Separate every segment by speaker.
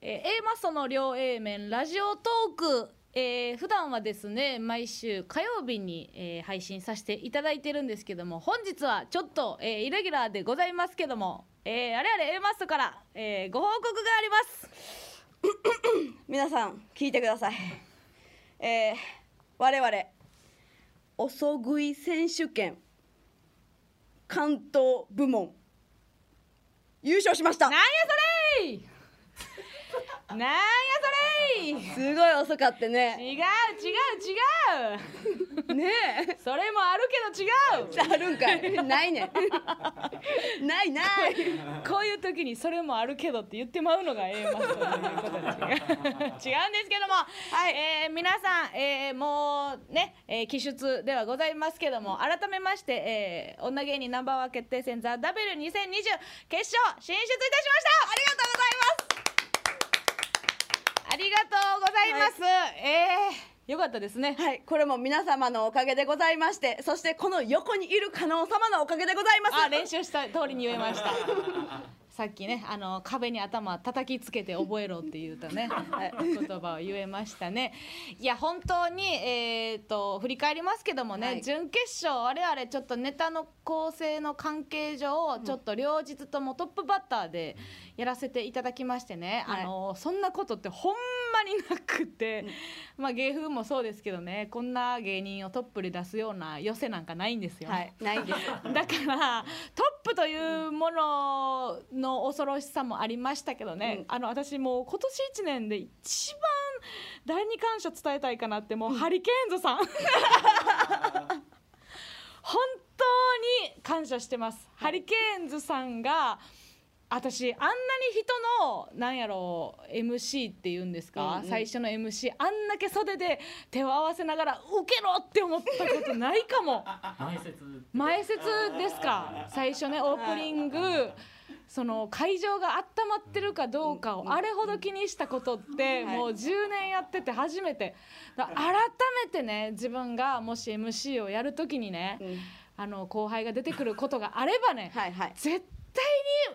Speaker 1: えー A マッソの両 A 面ラジオトーク、えー普段はですね毎週火曜日に、えー配信させていただいてるんですけども本日はちょっと、えーイレギュラーでございますけども、えー、あれあれ A マッソから、えーご報告があります
Speaker 2: 皆さん聞いてください えー、我々遅食い選手権関東部門優勝しました
Speaker 1: なんやそれ なんやそれ
Speaker 2: すごい遅かったね
Speaker 1: 違う違う違う
Speaker 2: ね
Speaker 1: それもあるけど違う
Speaker 2: え あるんかいないねん ないない
Speaker 1: こういう時にそれもあるけどって言ってまうの が A マストということで違う違うんですけども、はいえー皆さん、えーもうね、えー、記述ではございますけども改めまして、えー女芸人ナンバーワン決定戦「ザ・ w 2 0 2 0決勝進出いたしましたありがとうございますありがとうございます、えーよかったですね
Speaker 2: はいこれも皆様のおかげでございましてそしてこの横にいる加納様のおかげでございます
Speaker 1: あ練習した通りに言えました さっきねあの壁に頭叩きつけて覚えろって言うたね、はい言葉を言えましたねいや本当にえー、と振り返りますけどもね、
Speaker 2: はい
Speaker 1: 準決勝我々ちょっとネタの構成の関係上ちょっと両日ともトップバッターでやらせていただきましてね、
Speaker 2: はい
Speaker 1: あのそんなことってほんまになくて、まあ芸風もそうですけどねこんな芸人をトップで出すような寄せなんかないんですよ。
Speaker 2: はいない んです
Speaker 1: だからトップというものの恐ろしさもありましたけどね、
Speaker 2: うん
Speaker 1: あの私もう今年1年で一番誰に感謝伝えたいかなってもうハリケーンズ さん本当に感謝してます、ハリケーンズさんが私あんなに人のなんやろう MC っていうんですか、
Speaker 2: うんうん
Speaker 1: 最初の MC あんだけ袖で手を合わせながら受けろって思ったことないかも。
Speaker 3: 前説
Speaker 1: 前説ですか最初ねオープニングその会場が温まってるかどうかをあれほど気にしたことって
Speaker 2: はい
Speaker 1: もう10年やってて初めてだ改めてね自分がもし MC をやるときにね
Speaker 2: うん
Speaker 1: あの後輩が出てくることがあればね
Speaker 2: はいはい
Speaker 1: 絶対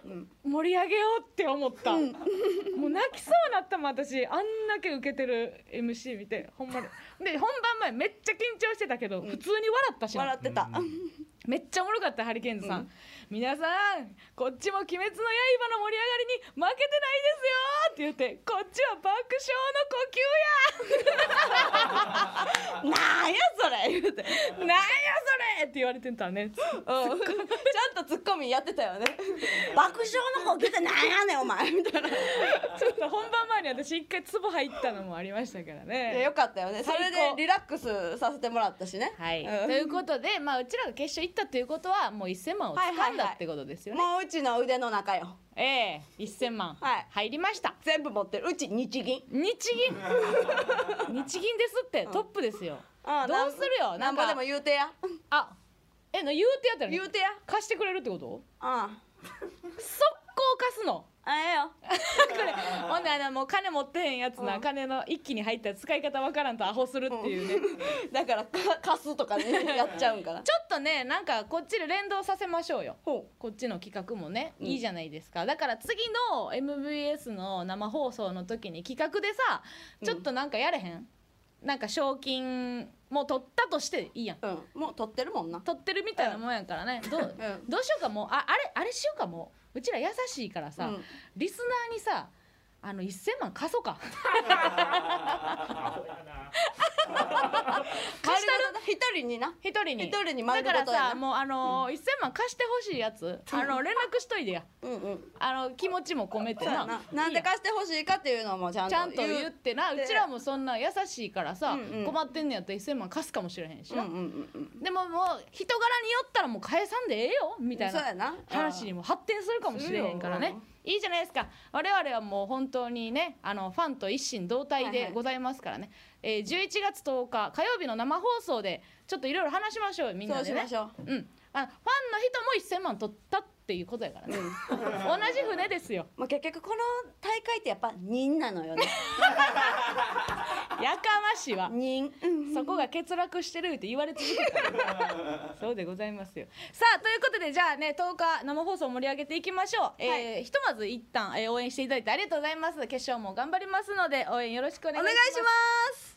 Speaker 2: う
Speaker 1: に
Speaker 2: ん
Speaker 1: 盛り上げようって思った、 もう泣きそうになったもん私あんだけ受けてる MC 見てほんまにで本番前めっちゃ緊張してたけど普通に笑ったしな
Speaker 2: 笑ってた、
Speaker 1: めっちゃおもろかったハリケーンズさん、皆さんこっちも「鬼滅の刃」の盛り上がりに負けてないですよって言ってこっちは爆笑
Speaker 2: なんやそれ言うて
Speaker 1: の呼吸やな んやそれって言われてたね
Speaker 2: うんちゃんとツッコミやってたよね 爆笑の呼吸ってなんやねんお前みた いな
Speaker 1: ちょっと本番前に私一回ツボ入ったのもありましたから
Speaker 2: いや
Speaker 1: ね
Speaker 2: よかったよねそ
Speaker 1: 最高
Speaker 2: れでリラックスさせてもらったしね
Speaker 1: はい、
Speaker 2: うん
Speaker 1: ということで、まあ、うちらが決勝行ったということはもう1000万を
Speaker 2: は
Speaker 1: 掴
Speaker 2: い
Speaker 1: ん
Speaker 2: はい
Speaker 1: だ
Speaker 2: はい
Speaker 1: ってことですよね、
Speaker 2: もううちの腕の中よ
Speaker 1: ええ1000万
Speaker 2: はい
Speaker 1: 入りました、
Speaker 2: 全部持ってるうち日銀
Speaker 1: 日銀日銀ですってトップですよ、
Speaker 2: ああ
Speaker 1: どうするよ
Speaker 2: なんぼでも言うてや
Speaker 1: あえな言うてやったら
Speaker 2: 言うてや
Speaker 1: 貸してくれるってこと
Speaker 2: あ
Speaker 1: 速攻貸すの
Speaker 2: あええよ
Speaker 1: これほんであのもう金持ってへんやつな、
Speaker 2: うん
Speaker 1: 金の一気に入ったら使い方わからんとアホするっていうね、ちょ
Speaker 2: だからか貸すとかねやっちゃうんから
Speaker 1: っとねなんかこっちで連動させましょうよ
Speaker 2: ほ
Speaker 1: こっちの企画もね、
Speaker 2: うん
Speaker 1: いいじゃないですかだから次の MVS の生放送の時に企画でさちょっとなんかやれへん、なんか賞金もう取ったとしていいやん
Speaker 2: ううんもう取ってるもんな
Speaker 1: 取ってるみたいなもんやからね、どう
Speaker 2: うん
Speaker 1: どうしようかもうああれあれしようかもううちら優しいからさ、
Speaker 2: うん
Speaker 1: リスナーにさあの1000万貸 そうか
Speaker 2: 丸
Speaker 1: 貸したる
Speaker 2: ごと一人にな
Speaker 1: 一人に
Speaker 2: 一人に
Speaker 1: だ
Speaker 2: 丸ご
Speaker 1: か
Speaker 2: とや
Speaker 1: ら
Speaker 2: な
Speaker 1: さもうあのー1000万貸してほしいやつあの連絡しといてや
Speaker 2: うんうん
Speaker 1: あの気持ちも込めて
Speaker 2: そうや
Speaker 1: な
Speaker 2: ななんで貸してほしいかっていうのもちゃん
Speaker 1: ち
Speaker 2: と
Speaker 1: ゃんと言ってなう
Speaker 2: 言うて
Speaker 1: ちらもそんな優しいからさ、
Speaker 2: うんうん
Speaker 1: 困ってんねやったら1000万貸すかもしれへんし
Speaker 2: うんう
Speaker 1: な、
Speaker 2: んうん
Speaker 1: でももう人柄によったらもう返さんでええよみ
Speaker 2: う
Speaker 1: た
Speaker 2: ん
Speaker 1: い
Speaker 2: そ
Speaker 1: な
Speaker 2: うやな
Speaker 1: 話にも発展するかもしれへんから
Speaker 2: する
Speaker 1: ね
Speaker 2: よ
Speaker 1: いいじゃないですか我々はもう本当にねあのファンと一心同体
Speaker 2: はいは
Speaker 1: で
Speaker 2: い
Speaker 1: ございますからね、えー11月10日火曜日の生放送でちょっといろいろ話しましょうよみん
Speaker 2: そ
Speaker 1: な
Speaker 2: う
Speaker 1: で
Speaker 2: し
Speaker 1: ね
Speaker 2: ましょ
Speaker 1: う
Speaker 2: う
Speaker 1: ん、あファンの人も1000万取ったっていうことやからね、 同じ船ですよ
Speaker 2: まあ、結局この大会ってやっぱ人なのよね人
Speaker 1: やかましいわ
Speaker 2: 人うん
Speaker 1: そこが欠落してるって言われ続けた からそうでございますよさあということでじゃあね10日生放送盛り上げていきましょう、えーひとまず一旦、えー応援していただいてありがとうございます決勝も頑張りますので応援よろしくお願いします
Speaker 2: お願いします